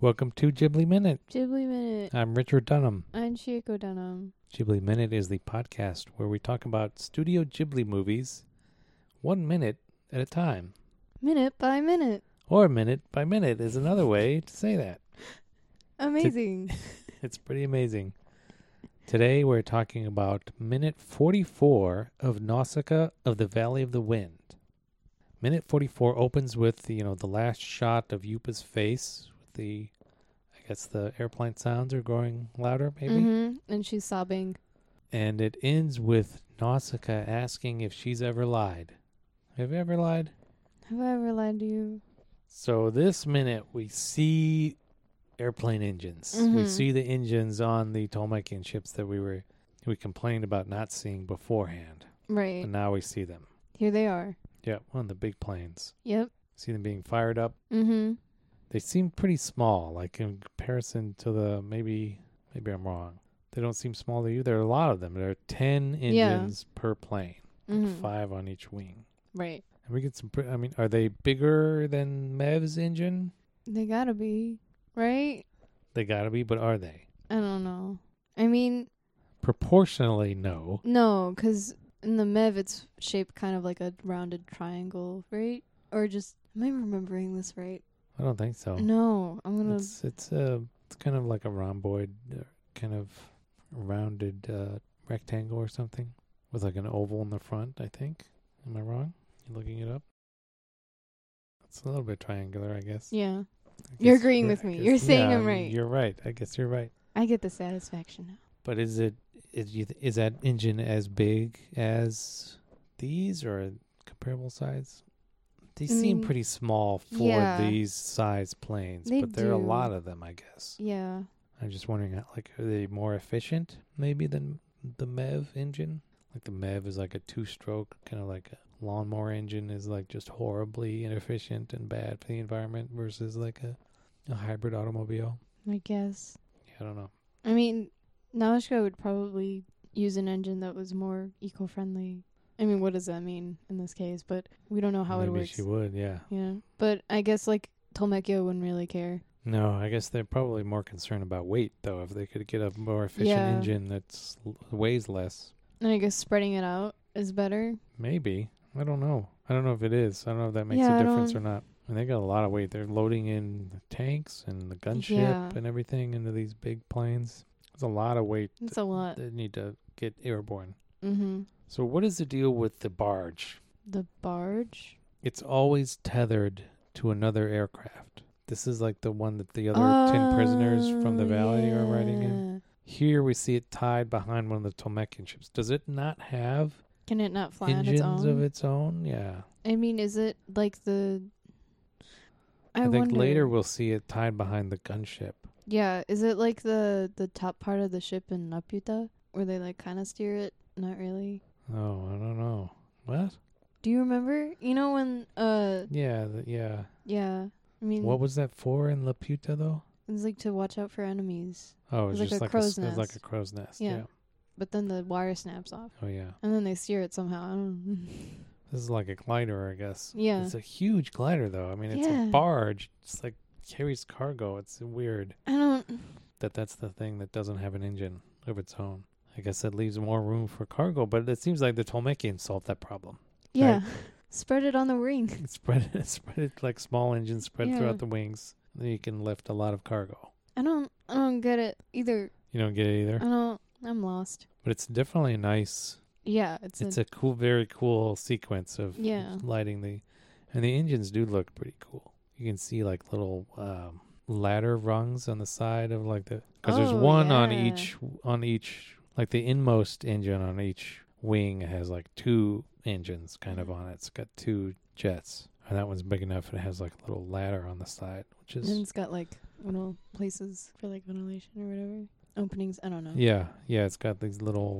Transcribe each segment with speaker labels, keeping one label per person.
Speaker 1: Welcome to Ghibli Minute.
Speaker 2: Ghibli Minute.
Speaker 1: I'm Richard Dunham.
Speaker 2: I'm Chieko Dunham.
Speaker 1: Ghibli Minute is the podcast where we talk about Studio Ghibli movies one minute at a time.
Speaker 2: Minute by minute.
Speaker 1: Or minute by minute is another way to say that.
Speaker 2: Amazing.
Speaker 1: It's pretty amazing. Today we're talking about minute 44 of Nausicaa of the Valley of the Wind. Minute 44 opens with, you know, the last shot of Yupa's face with the I guess the airplane sounds are growing louder maybe.
Speaker 2: hmm And she's sobbing.
Speaker 1: And it ends with Nausicaa asking if she's ever lied. Have you ever lied?
Speaker 2: Have I ever lied to you?
Speaker 1: So this minute we see airplane engines. We
Speaker 2: Mhm.
Speaker 1: see the engines on the Tolmekian ships that we were we complained about not seeing beforehand.
Speaker 2: Right.
Speaker 1: And now we see them.
Speaker 2: Here they are.
Speaker 1: Yeah, on the big planes.
Speaker 2: Yep.
Speaker 1: See them being fired up.
Speaker 2: Mm-hmm.
Speaker 1: They seem pretty small, like in comparison to the maybe maybe I'm wrong. They don't seem small to you. There are a lot of them. There are ten
Speaker 2: Yeah.
Speaker 1: engines per plane,
Speaker 2: hmm
Speaker 1: five on each wing.
Speaker 2: Right.
Speaker 1: And we get some. Pre- I mean, are they bigger than Mev's engine?
Speaker 2: They gotta be. Right?
Speaker 1: They gotta be, but are they?
Speaker 2: I don't know. I mean,
Speaker 1: Proportionally, no.
Speaker 2: no, because in the Mev, it's shaped kind of like a rounded triangle, right? Or just. Am I remembering this right?
Speaker 1: I don't think so.
Speaker 2: No. I'm gonna.
Speaker 1: It's it's a it's kind of like a rhomboid, uh, kind of rounded uh, rectangle or something with like an oval in the front. I think. Am I wrong? You looking it up? It's a little bit triangular, I guess.
Speaker 2: Yeah.
Speaker 1: I
Speaker 2: You're
Speaker 1: guess-
Speaker 2: agreeing
Speaker 1: yeah,
Speaker 2: with
Speaker 1: I
Speaker 2: me.
Speaker 1: guess-
Speaker 2: You're saying
Speaker 1: yeah,
Speaker 2: I'm
Speaker 1: I mean,
Speaker 2: right.
Speaker 1: You're right. I guess you're right.
Speaker 2: I get the satisfaction now.
Speaker 1: But is it is you th- is that engine as big as these or comparable size? These seem
Speaker 2: Mm,
Speaker 1: pretty small for
Speaker 2: yeah.
Speaker 1: these size planes,
Speaker 2: They
Speaker 1: but there are a
Speaker 2: do.
Speaker 1: lot of them, I guess.
Speaker 2: Yeah.
Speaker 1: I'm just wondering, uh, like, are they more efficient maybe than the MEV engine? Like the MEV is like a two-stroke, kind of like a lawnmower engine is like just horribly inefficient and bad for the environment versus like a, a hybrid automobile.
Speaker 2: I guess.
Speaker 1: Yeah, I don't know.
Speaker 2: I mean, Naushka would probably use an engine that was more eco-friendly. I mean, what does that mean in this case? But we don't know how
Speaker 1: maybe
Speaker 2: it works.
Speaker 1: she would, yeah.
Speaker 2: Yeah, but I guess like Tolmekio wouldn't really care.
Speaker 1: No, I guess they're probably more concerned about weight, though. If they could get a more efficient
Speaker 2: Yeah.
Speaker 1: engine that's l- weighs less,
Speaker 2: And I guess spreading it out is better.
Speaker 1: maybe. I don't know. I don't know if it is. I don't know if that makes
Speaker 2: Yeah,
Speaker 1: a
Speaker 2: I
Speaker 1: difference or
Speaker 2: don't-
Speaker 1: not. And they got a lot of weight. They're loading in the tanks and the gunship
Speaker 2: Yeah.
Speaker 1: and everything into these big planes. It's a lot of weight
Speaker 2: It's a lot.
Speaker 1: that need to get airborne.
Speaker 2: Mm-hmm.
Speaker 1: So, what is the deal with the barge?
Speaker 2: The barge.
Speaker 1: It's always tethered to another aircraft. This is like the one that the other 10 prisoners from the
Speaker 2: Oh,
Speaker 1: valley are riding in.
Speaker 2: yeah.
Speaker 1: Here we see it tied behind one of the Tolmekian ships. Does it not have
Speaker 2: Can it not fly
Speaker 1: engines
Speaker 2: on its own?
Speaker 1: of its own? Yeah.
Speaker 2: I mean, is it like the? I,
Speaker 1: I, think
Speaker 2: wonder.
Speaker 1: later we'll see it tied behind the gunship.
Speaker 2: Yeah, is it like the the top part of the ship in Laputa where they like kind of steer it? Not really.
Speaker 1: Oh, I don't know. What?
Speaker 2: Do you remember? You know when uh
Speaker 1: Yeah, th- yeah.
Speaker 2: yeah, I mean
Speaker 1: What was that for in Laputa though?
Speaker 2: it's like to watch out for enemies,
Speaker 1: Oh, it's
Speaker 2: It was like
Speaker 1: just
Speaker 2: a
Speaker 1: like, a, s-
Speaker 2: crow's
Speaker 1: it was like
Speaker 2: nest.
Speaker 1: a crow's nest. Yeah.
Speaker 2: Yeah. but then the wire snaps off
Speaker 1: Oh yeah.
Speaker 2: and then they steer it somehow. I don't
Speaker 1: This is like a glider, I guess.
Speaker 2: Yeah.
Speaker 1: It's a huge glider though. I mean, it's a
Speaker 2: Yeah.
Speaker 1: barge. It's like carries cargo. It's weird
Speaker 2: I don't
Speaker 1: that that's the thing that doesn't have an engine of its own. I guess that leaves more room for cargo, but it seems like the Tolmekians solved that problem.
Speaker 2: yeah. Spread it on the wing.
Speaker 1: spread it, spread it like small engines spread
Speaker 2: Yeah.
Speaker 1: throughout the wings. Then you can lift a lot of cargo.
Speaker 2: I don't I don't get it either.
Speaker 1: You don't get it
Speaker 2: I
Speaker 1: either,
Speaker 2: don't I'm lost.
Speaker 1: but it's definitely nice.
Speaker 2: Yeah, it's,
Speaker 1: It's
Speaker 2: a,
Speaker 1: a cool, very cool sequence of
Speaker 2: Yeah.
Speaker 1: lighting the, and the engines do look pretty cool. You can see like little um, ladder rungs on the side of like the because there's
Speaker 2: Oh,
Speaker 1: one on
Speaker 2: yeah.
Speaker 1: each on each like the inmost engine on each wing has like two engines kind of on it. It's got two jets, and that one's big enough. and It has like a little ladder on the side, which is
Speaker 2: and it's got like little places for like ventilation or whatever. Openings, I don't know.
Speaker 1: Yeah, yeah, it's got these little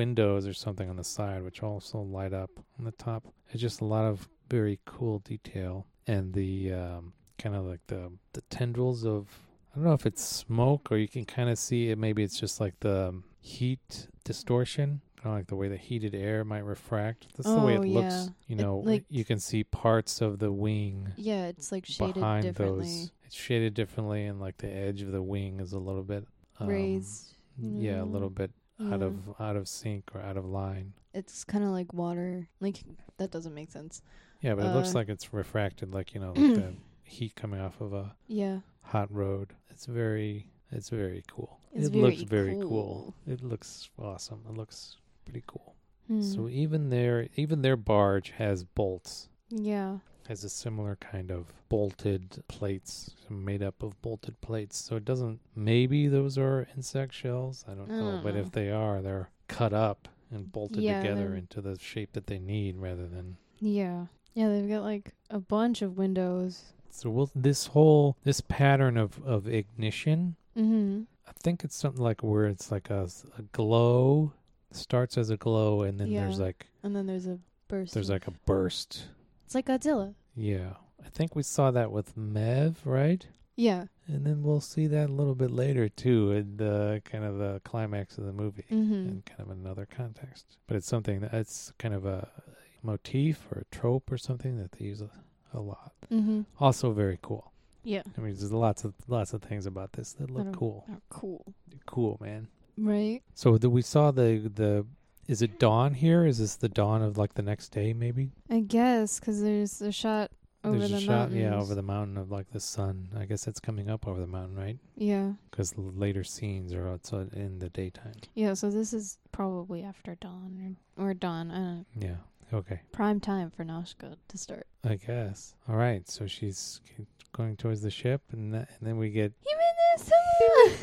Speaker 1: windows or something on the side, which also light up on the top. It's just a lot of very cool detail, and the um, kind of like the the tendrils of I don't know if it's smoke or you can kind of see it. Maybe it's just like the um, heat distortion, kind of like the way the heated air might refract. That's the way
Speaker 2: Oh,
Speaker 1: it
Speaker 2: yeah.
Speaker 1: looks. You
Speaker 2: It,
Speaker 1: know,
Speaker 2: like-
Speaker 1: you can see parts of the wing
Speaker 2: Yeah, it's like shaded
Speaker 1: behind
Speaker 2: differently.
Speaker 1: those. It's shaded differently, and like the edge of the wing is a little bit um,
Speaker 2: raised.
Speaker 1: Yeah, a little bit Um, out
Speaker 2: Mm. Yeah.
Speaker 1: of out of sync or out of line.
Speaker 2: It's kind of like water. Like that doesn't make sense.
Speaker 1: Yeah, but it looks
Speaker 2: Uh,
Speaker 1: like it's refracted, like you know, like the heat coming off of a
Speaker 2: Yeah.
Speaker 1: hot road. It's very, it's very cool.
Speaker 2: It's
Speaker 1: it looks
Speaker 2: very
Speaker 1: very cool.
Speaker 2: cool.
Speaker 1: It looks awesome. It looks pretty cool.
Speaker 2: Hmm.
Speaker 1: So e even their even their barge has bolts,
Speaker 2: yeah.
Speaker 1: has a similar kind of bolted plates, made up of bolted plates. So it doesn't. Maybe those are insect shells. I don't
Speaker 2: I
Speaker 1: know.
Speaker 2: don't
Speaker 1: but
Speaker 2: know.
Speaker 1: if they are, they're cut up and bolted
Speaker 2: Uh. Yeah,
Speaker 1: together
Speaker 2: they're-
Speaker 1: into the shape that they need, rather than
Speaker 2: Yeah. Yeah, they've got like a bunch of windows.
Speaker 1: So we'll, this whole this pattern of of ignition,
Speaker 2: Mm-hmm.
Speaker 1: I think it's something like where it's like a, s- a glow starts as a glow and then there's
Speaker 2: Yeah.
Speaker 1: like
Speaker 2: And then there's a burst.
Speaker 1: there's
Speaker 2: of-
Speaker 1: like a burst.
Speaker 2: It's like Godzilla.
Speaker 1: Yeah. I think we saw that with Mev, right?
Speaker 2: Yeah.
Speaker 1: And then we'll see that a little bit later too in the kind of the climax of the movie
Speaker 2: Mm-hmm.
Speaker 1: in kind of another context. But it's something that it's kind of a motif or a trope or something that they use a, a lot.
Speaker 2: Mm-hmm.
Speaker 1: Also very cool.
Speaker 2: Yeah.
Speaker 1: I mean, there's lots of lots of things about this that look
Speaker 2: don't-
Speaker 1: cool.
Speaker 2: Oh, cool.
Speaker 1: Cool, man.
Speaker 2: Right?
Speaker 1: So the, we saw the the is it dawn here? Is this the dawn of like the next day? Maybe
Speaker 2: I guess, 'cause there's a shot over
Speaker 1: there's
Speaker 2: the
Speaker 1: a shot, yeah,
Speaker 2: mountains.
Speaker 1: over the mountain of like the sun. I guess that's coming up over the mountain, right?
Speaker 2: Yeah.
Speaker 1: Because later scenes are outside in the daytime.
Speaker 2: Yeah, so this is probably after dawn or, or dawn. I don't know.
Speaker 1: Yeah. Okay.
Speaker 2: Prime time for Nashka to start.
Speaker 1: I guess. All right. So she's going towards the ship, and, that, and then we get.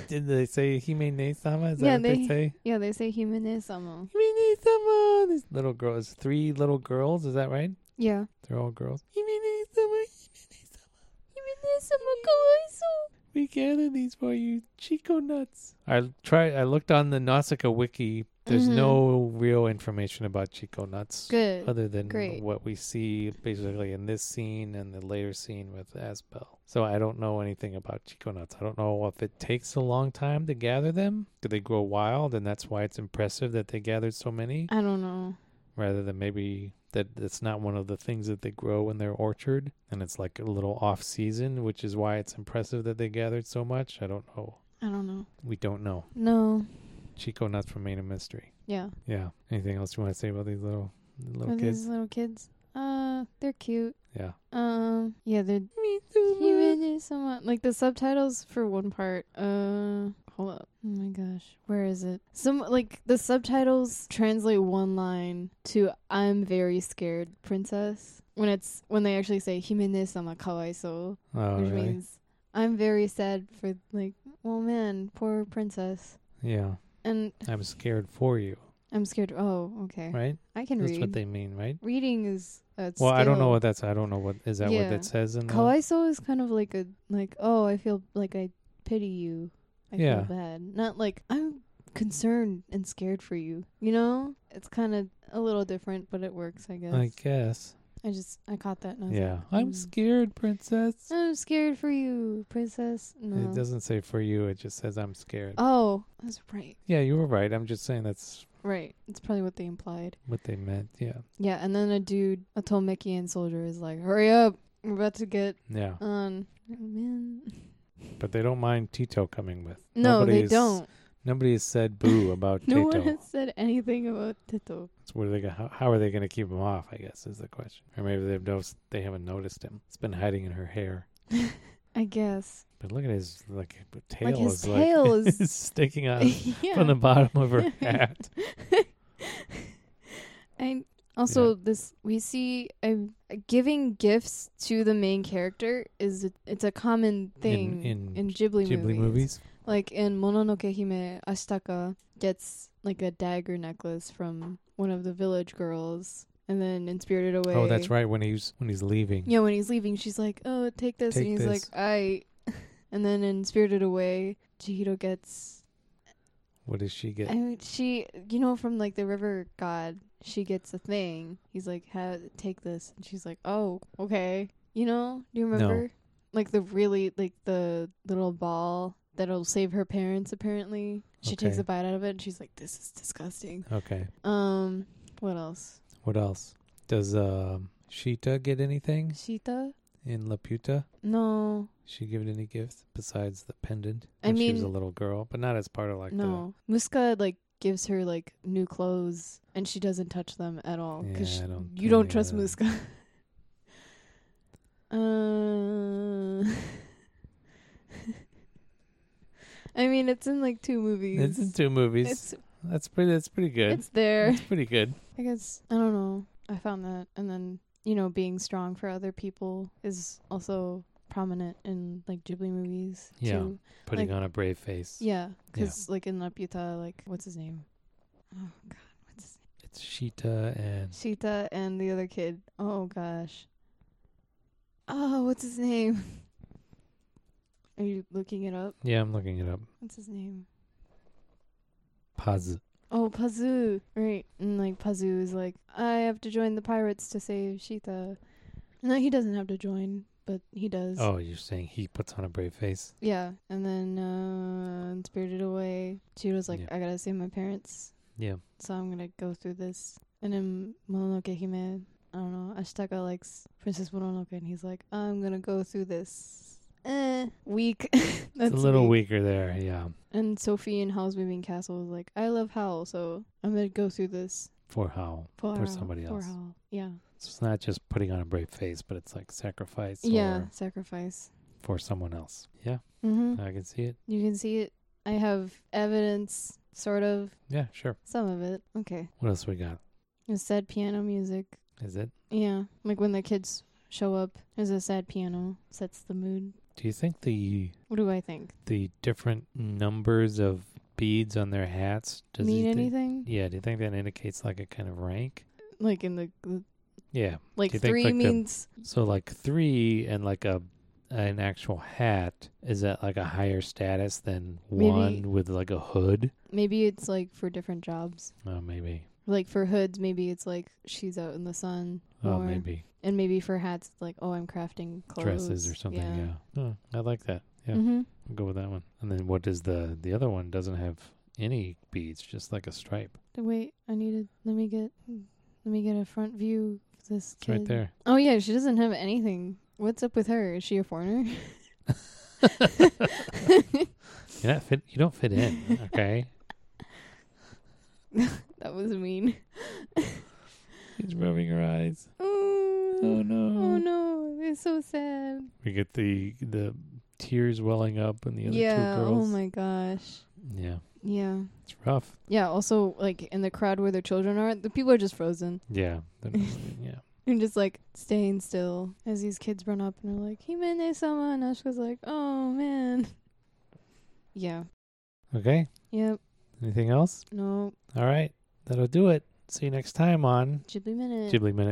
Speaker 1: Did they say Himene Sama? Is that
Speaker 2: Yeah,
Speaker 1: what they
Speaker 2: they-
Speaker 1: say?
Speaker 2: yeah, they say humanismo.
Speaker 1: Himene Sama. This little girl. It's three little girls. Is that right?
Speaker 2: Yeah.
Speaker 1: They're all girls. We gather these for you, Chico nuts. I try. I looked on the Nausicaa wiki. There's
Speaker 2: Mhm.
Speaker 1: no real information about Chico nuts,
Speaker 2: Good.
Speaker 1: other than
Speaker 2: Great.
Speaker 1: what we see basically in this scene and the later scene with Aspel. So I don't know anything about Chico nuts. I don't know if it takes a long time to gather them. Do they grow wild, and that's why it's impressive that they gathered so many,
Speaker 2: I don't know.
Speaker 1: rather than maybe that it's not one of the things that they grow in their orchard, and it's like a little off season, which is why it's impressive that they gathered so much. I don't know.
Speaker 2: I don't know.
Speaker 1: We don't know.
Speaker 2: No.
Speaker 1: Chico nuts remain a mystery.
Speaker 2: Yeah.
Speaker 1: Yeah. Anything else you want to say about these little little
Speaker 2: Are
Speaker 1: kids?
Speaker 2: these little kids? Uh, they're cute.
Speaker 1: Yeah.
Speaker 2: Um, yeah, they're humanismo. Like the subtitles for one part. Uh, hold up. Oh my gosh, where is it? Some like the subtitles translate one line to "I'm very scared, princess." When it's when they actually say "humanismo kawaiso,"
Speaker 1: Oh,
Speaker 2: which
Speaker 1: really?
Speaker 2: means "I'm very sad for like, well, man, poor princess."
Speaker 1: Yeah.
Speaker 2: And
Speaker 1: I'm scared for you,
Speaker 2: I'm scared. Oh, okay.
Speaker 1: right?
Speaker 2: I can
Speaker 1: That's
Speaker 2: read.
Speaker 1: what they mean, right?
Speaker 2: Reading is a
Speaker 1: Well, I don't know
Speaker 2: skill.
Speaker 1: what that's. I don't know what is that. What uh,
Speaker 2: Yeah.
Speaker 1: that says in the.
Speaker 2: Kawaiso is kind of like a like oh I feel like I pity you. I
Speaker 1: Yeah.
Speaker 2: feel bad. Not like I'm concerned and scared for you. You know? It's kind of a little different, but it works, I guess.
Speaker 1: I guess.
Speaker 2: I just I caught that and I was
Speaker 1: Yeah.
Speaker 2: like,
Speaker 1: I'm
Speaker 2: mm.
Speaker 1: scared, princess.
Speaker 2: I'm scared for you, princess. No.
Speaker 1: It doesn't say for you. It just says I'm scared.
Speaker 2: oh, that's right.
Speaker 1: Yeah, you were right. I'm just saying that's
Speaker 2: Right. It's probably what they implied.
Speaker 1: what they meant. Yeah.
Speaker 2: Yeah, and then a dude, a Tolmekian soldier is like, "Hurry up. We're about to get
Speaker 1: Yeah.
Speaker 2: on." Oh, man. Oh.
Speaker 1: But they don't mind Tito coming with.
Speaker 2: No,
Speaker 1: Nobody
Speaker 2: they
Speaker 1: is-
Speaker 2: don't.
Speaker 1: Nobody has said boo about
Speaker 2: No
Speaker 1: Tito.
Speaker 2: one has said anything about Tito.
Speaker 1: So what are they gonna, how, how are they going to keep him off? I guess is the question. Or maybe they've no, they haven't noticed him. It's been hiding in her hair.
Speaker 2: I guess.
Speaker 1: But look at his like tail
Speaker 2: his
Speaker 1: is
Speaker 2: tail
Speaker 1: like
Speaker 2: is-
Speaker 1: sticking out
Speaker 2: yeah.
Speaker 1: Uh, from the bottom of her hat.
Speaker 2: and also this we see um, giving gifts to the main character is a, it's a common thing
Speaker 1: in
Speaker 2: Ghibli,
Speaker 1: Ghibli
Speaker 2: movies.
Speaker 1: movies.
Speaker 2: Like in Mononoke Hime, Ashitaka gets like a dagger necklace from one of the village girls, and then in Spirited Away,
Speaker 1: Oh, that's right. When he's when he's leaving.
Speaker 2: Yeah, when he's leaving, she's like, "Oh, take this,"
Speaker 1: Take
Speaker 2: and he's
Speaker 1: this.
Speaker 2: like, "I." And then in Spirited Away, Chihiro gets
Speaker 1: What does she get?
Speaker 2: I mean, she, you know, from like the river god, she gets a thing. He's like, "Have take this," and she's like, "Oh, okay." You know? Do you
Speaker 1: No.
Speaker 2: remember? Like the really like the little ball that'll save her parents. Apparently, she takes
Speaker 1: Okay. Oh.
Speaker 2: a bite out of it, and she's like, "This is disgusting."
Speaker 1: Okay.
Speaker 2: Um, what else?
Speaker 1: What else? Does um Shita get anything
Speaker 2: Shita?
Speaker 1: in Laputa?
Speaker 2: No,
Speaker 1: She give it any gift besides the pendant?
Speaker 2: I
Speaker 1: when she was a
Speaker 2: mean-
Speaker 1: little girl, but not as part of like
Speaker 2: no, Muska like gives her like new clothes, and she doesn't touch them at all because
Speaker 1: Yeah, I don't do
Speaker 2: you don't
Speaker 1: any of
Speaker 2: trust
Speaker 1: that.
Speaker 2: Muska. uh, I mean, it's in like two
Speaker 1: the.
Speaker 2: movies.
Speaker 1: It's in two movies.
Speaker 2: It's
Speaker 1: that's pretty. That's pretty good.
Speaker 2: it's there.
Speaker 1: That's pretty good.
Speaker 2: I guess I don't know. I found that, and then you know, being strong for other people is also prominent in like Ghibli movies
Speaker 1: Yeah.
Speaker 2: too.
Speaker 1: Putting
Speaker 2: Like-
Speaker 1: on a brave face.
Speaker 2: Yeah, because like in Laputa, like what's his name? Oh God, what's his
Speaker 1: It's Sheeta and
Speaker 2: name? Shita and the other kid. Oh gosh. Oh, what's his name? Are you looking it up?
Speaker 1: yeah, I'm looking it up.
Speaker 2: What's his name?
Speaker 1: Paz.
Speaker 2: Oh, Pazu. Right. And like Pazu is like, I have to join the pirates to save Sheeta. No, he doesn't have to join, but he does.
Speaker 1: Oh, you're saying he puts on a brave face?
Speaker 2: Yeah. And then uh in Spirited Away, Chiro's like,
Speaker 1: Yeah.
Speaker 2: I gotta save my parents,
Speaker 1: Yeah.
Speaker 2: so I'm gonna go through this. And then Mononoke Hime, I don't know, Ashitaka likes Princess Mononoke and he's like, I'm gonna go through this. Eh, weak. That's
Speaker 1: it's a little weaker there. Yeah.
Speaker 2: And Sophie in Howl's Moving Castle is like, I love Howl, so I'm gonna go through this.
Speaker 1: For how?
Speaker 2: for,
Speaker 1: Or somebody else.
Speaker 2: Hal. Yeah.
Speaker 1: So it's not just putting on a brave face, but it's like sacrifice
Speaker 2: Yeah.
Speaker 1: or
Speaker 2: Sacrifice.
Speaker 1: for someone else. Yeah,
Speaker 2: hmm
Speaker 1: I can see it.
Speaker 2: You can see it. I have evidence, sort of,
Speaker 1: Yeah, sure.
Speaker 2: some of it. Okay.
Speaker 1: What else we got?
Speaker 2: It's sad piano music.
Speaker 1: Is it?
Speaker 2: Yeah. Like when the kids show up, there's a sad piano. Sets the mood.
Speaker 1: Do you think the
Speaker 2: What do I think?
Speaker 1: the different numbers of beads on their hats does
Speaker 2: Mean
Speaker 1: you thi-
Speaker 2: anything?
Speaker 1: Yeah, do you think that indicates like a kind of rank?
Speaker 2: Like in the, the
Speaker 1: Yeah.
Speaker 2: like
Speaker 1: you think,
Speaker 2: three
Speaker 1: like, the-
Speaker 2: means
Speaker 1: So like three and like a an actual hat is that like a higher status than
Speaker 2: Maybe.
Speaker 1: one with like a hood?
Speaker 2: maybe it's like for different jobs.
Speaker 1: Oh, maybe.
Speaker 2: Like for hoods, maybe it's like she's out in the sun.
Speaker 1: Oh,
Speaker 2: more.
Speaker 1: maybe
Speaker 2: And maybe for hats, it's like oh, I'm crafting clothes.
Speaker 1: dresses or something. Yeah. Oh, I like that. Yeah.
Speaker 2: Mm-hmm.
Speaker 1: I'll go with that one. And then what does the the other one doesn't have any beads, just like a stripe.
Speaker 2: Wait, I need to let me get let me get a front view of this
Speaker 1: It's
Speaker 2: kid.
Speaker 1: right there.
Speaker 2: Oh yeah, she doesn't have anything. What's up with her? Is she a foreigner?
Speaker 1: You're not fit. You don't fit in. Okay.
Speaker 2: that was mean.
Speaker 1: She's rubbing her eyes.
Speaker 2: Oh,
Speaker 1: no.
Speaker 2: Oh no, it's so sad.
Speaker 1: We get the the tears welling up and the other
Speaker 2: yeah.
Speaker 1: two girls.
Speaker 2: Oh my gosh.
Speaker 1: Yeah.
Speaker 2: Yeah.
Speaker 1: It's rough.
Speaker 2: Yeah. Also, like in the crowd where their children are, the people are just frozen
Speaker 1: Yeah. That must be- yeah.
Speaker 2: and just like staying still as these kids run up and are like, "Himene sama," and Ashka's like, "Oh man." Yeah.
Speaker 1: Okay.
Speaker 2: Yep.
Speaker 1: Anything else?
Speaker 2: No.
Speaker 1: All right. That'll do it. See you next time on
Speaker 2: Ghibli minute.
Speaker 1: Ghibli Minute.